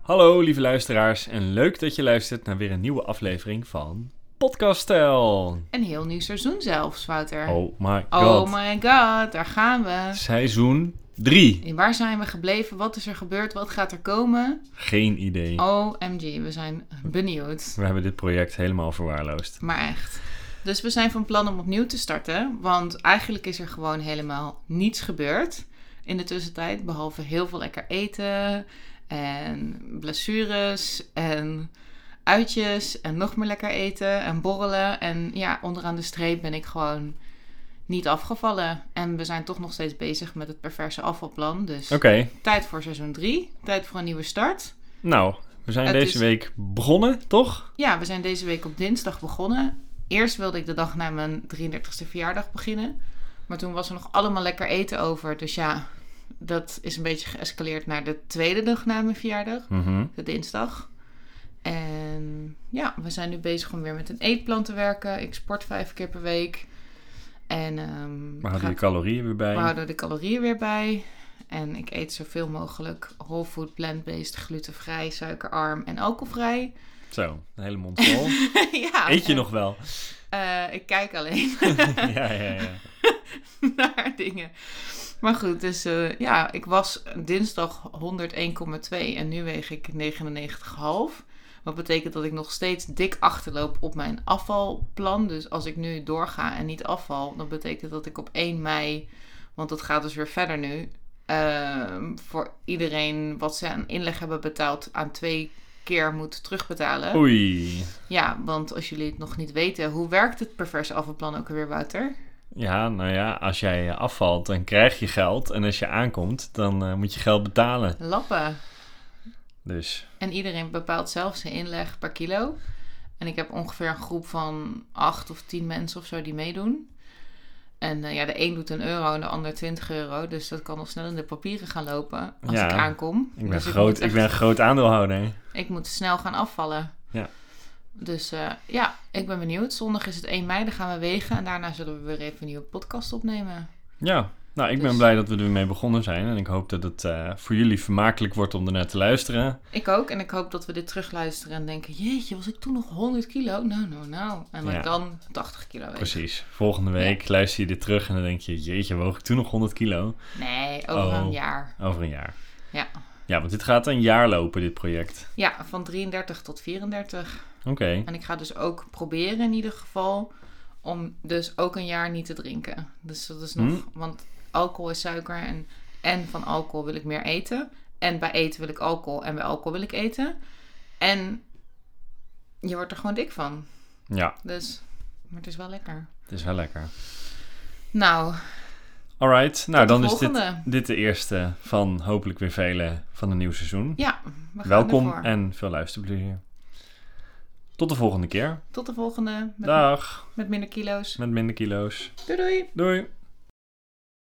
Hallo lieve luisteraars en leuk dat je luistert naar weer een nieuwe aflevering van Podcast Stijl. Een heel nieuw seizoen zelfs, Wouter. Oh my god. Oh my god, daar gaan we. Seizoen 3. En Waar zijn we gebleven? Wat is er gebeurd? Wat gaat er komen? Geen idee. Oh. OMG, we zijn benieuwd. We hebben dit project helemaal verwaarloosd. Maar echt. Dus we zijn van plan om opnieuw te starten. Want eigenlijk is er gewoon helemaal niets gebeurd in de tussentijd. Behalve heel veel lekker eten en blessures en uitjes en nog meer lekker eten en borrelen. En ja, onderaan de streep ben ik gewoon niet afgevallen. En we zijn toch nog steeds bezig met het perverse afvalplan. Dus Oké, tijd voor seizoen 3. Tijd voor een nieuwe start. nou, we zijn Het deze is- week begonnen, toch? Ja, we zijn deze week op dinsdag begonnen. Eerst wilde ik de dag na mijn 33ste verjaardag beginnen. Maar toen was er nog allemaal lekker eten over. Dus ja, dat is een beetje geëscaleerd naar de tweede dag na mijn verjaardag. Mhm. De dinsdag. En ja, we zijn nu bezig om weer met een eetplan te werken. Ik sport vijf keer per week. En ehm, We houden gaat- de calorieën weer bij. we houden de calorieën weer bij. En ik eet zoveel mogelijk whole food, plant-based, glutenvrij, suikerarm en alcoholvrij. Zo, een hele mond vol. ja, Eet je en- nog wel? eh, ik kijk alleen ja, ja, ja. naar dingen. Maar goed, dus eh, ja, ik was dinsdag 101,2 en nu weeg ik 99,5. Wat betekent dat ik nog steeds dik achterloop op mijn afvalplan. Dus als ik nu doorga en niet afval, dan betekent dat ik op 1 mei, want dat gaat dus weer verder nu, ehm, voor iedereen wat ze aan inleg hebben betaald aan twee keer moet terugbetalen. Oei. Ja, want als jullie het nog niet weten, hoe werkt het perverse afvalplan ook alweer, Wouter? Ja, nou ja, als jij eh, afvalt, dan krijg je geld. En als je aankomt, dan eh, moet je geld betalen. Lappen. Dus En iedereen bepaalt zelf zijn inleg per kilo. En ik heb ongeveer een groep van acht of tien mensen of zo die meedoen. En eh, ja, de een doet een euro en de ander 20 euro. Dus dat kan al snel in de papieren gaan lopen als Ja. ik aankom. ik ben, Dus groot, moet ik echt- ben een groot aandeelhouder. ik moet snel gaan afvallen. Ja. Dus eh, ja, ik ben benieuwd. Zondag is het 1 mei, dan gaan we wegen. En daarna zullen we weer even een nieuwe podcast opnemen. Ja, nou, ik ben Dus- blij dat we ermee begonnen zijn. En ik hoop dat het eh, voor jullie vermakelijk wordt om ernaar te luisteren. Ik ook. En ik hoop dat we dit terugluisteren en denken... Jeetje, was ik toen nog 100 kilo? Nou, nou, nou. En dat Ja. ik dan 80 kilo weeg. Precies. Volgende week luister je dit terug en dan denk je... Jeetje, woog ik toen nog 100 kilo? Nee, over Oh. een jaar. Over een jaar. Ja. Ja, want dit gaat een jaar lopen, dit project. Ja, van 33 tot 34. Oké. En ik ga dus ook proberen in ieder geval om dus ook een jaar niet te drinken. Dus dat is nog, Hm? want alcohol is suiker en, en van alcohol wil ik meer eten. En bij eten wil ik alcohol en bij alcohol wil ik eten. En je wordt er gewoon dik van. Ja, Dus, maar het is wel lekker. het is wel lekker. Nou, Alright, nou dan is dit, volgende. dit de eerste van hopelijk weer vele van een nieuw seizoen. Ja, we gaan Welkom ervoor. en veel luisterplezier. Tot de volgende keer. Tot de volgende met, Dag, met minder kilo's. met minder kilo's. Doei doei! Doei.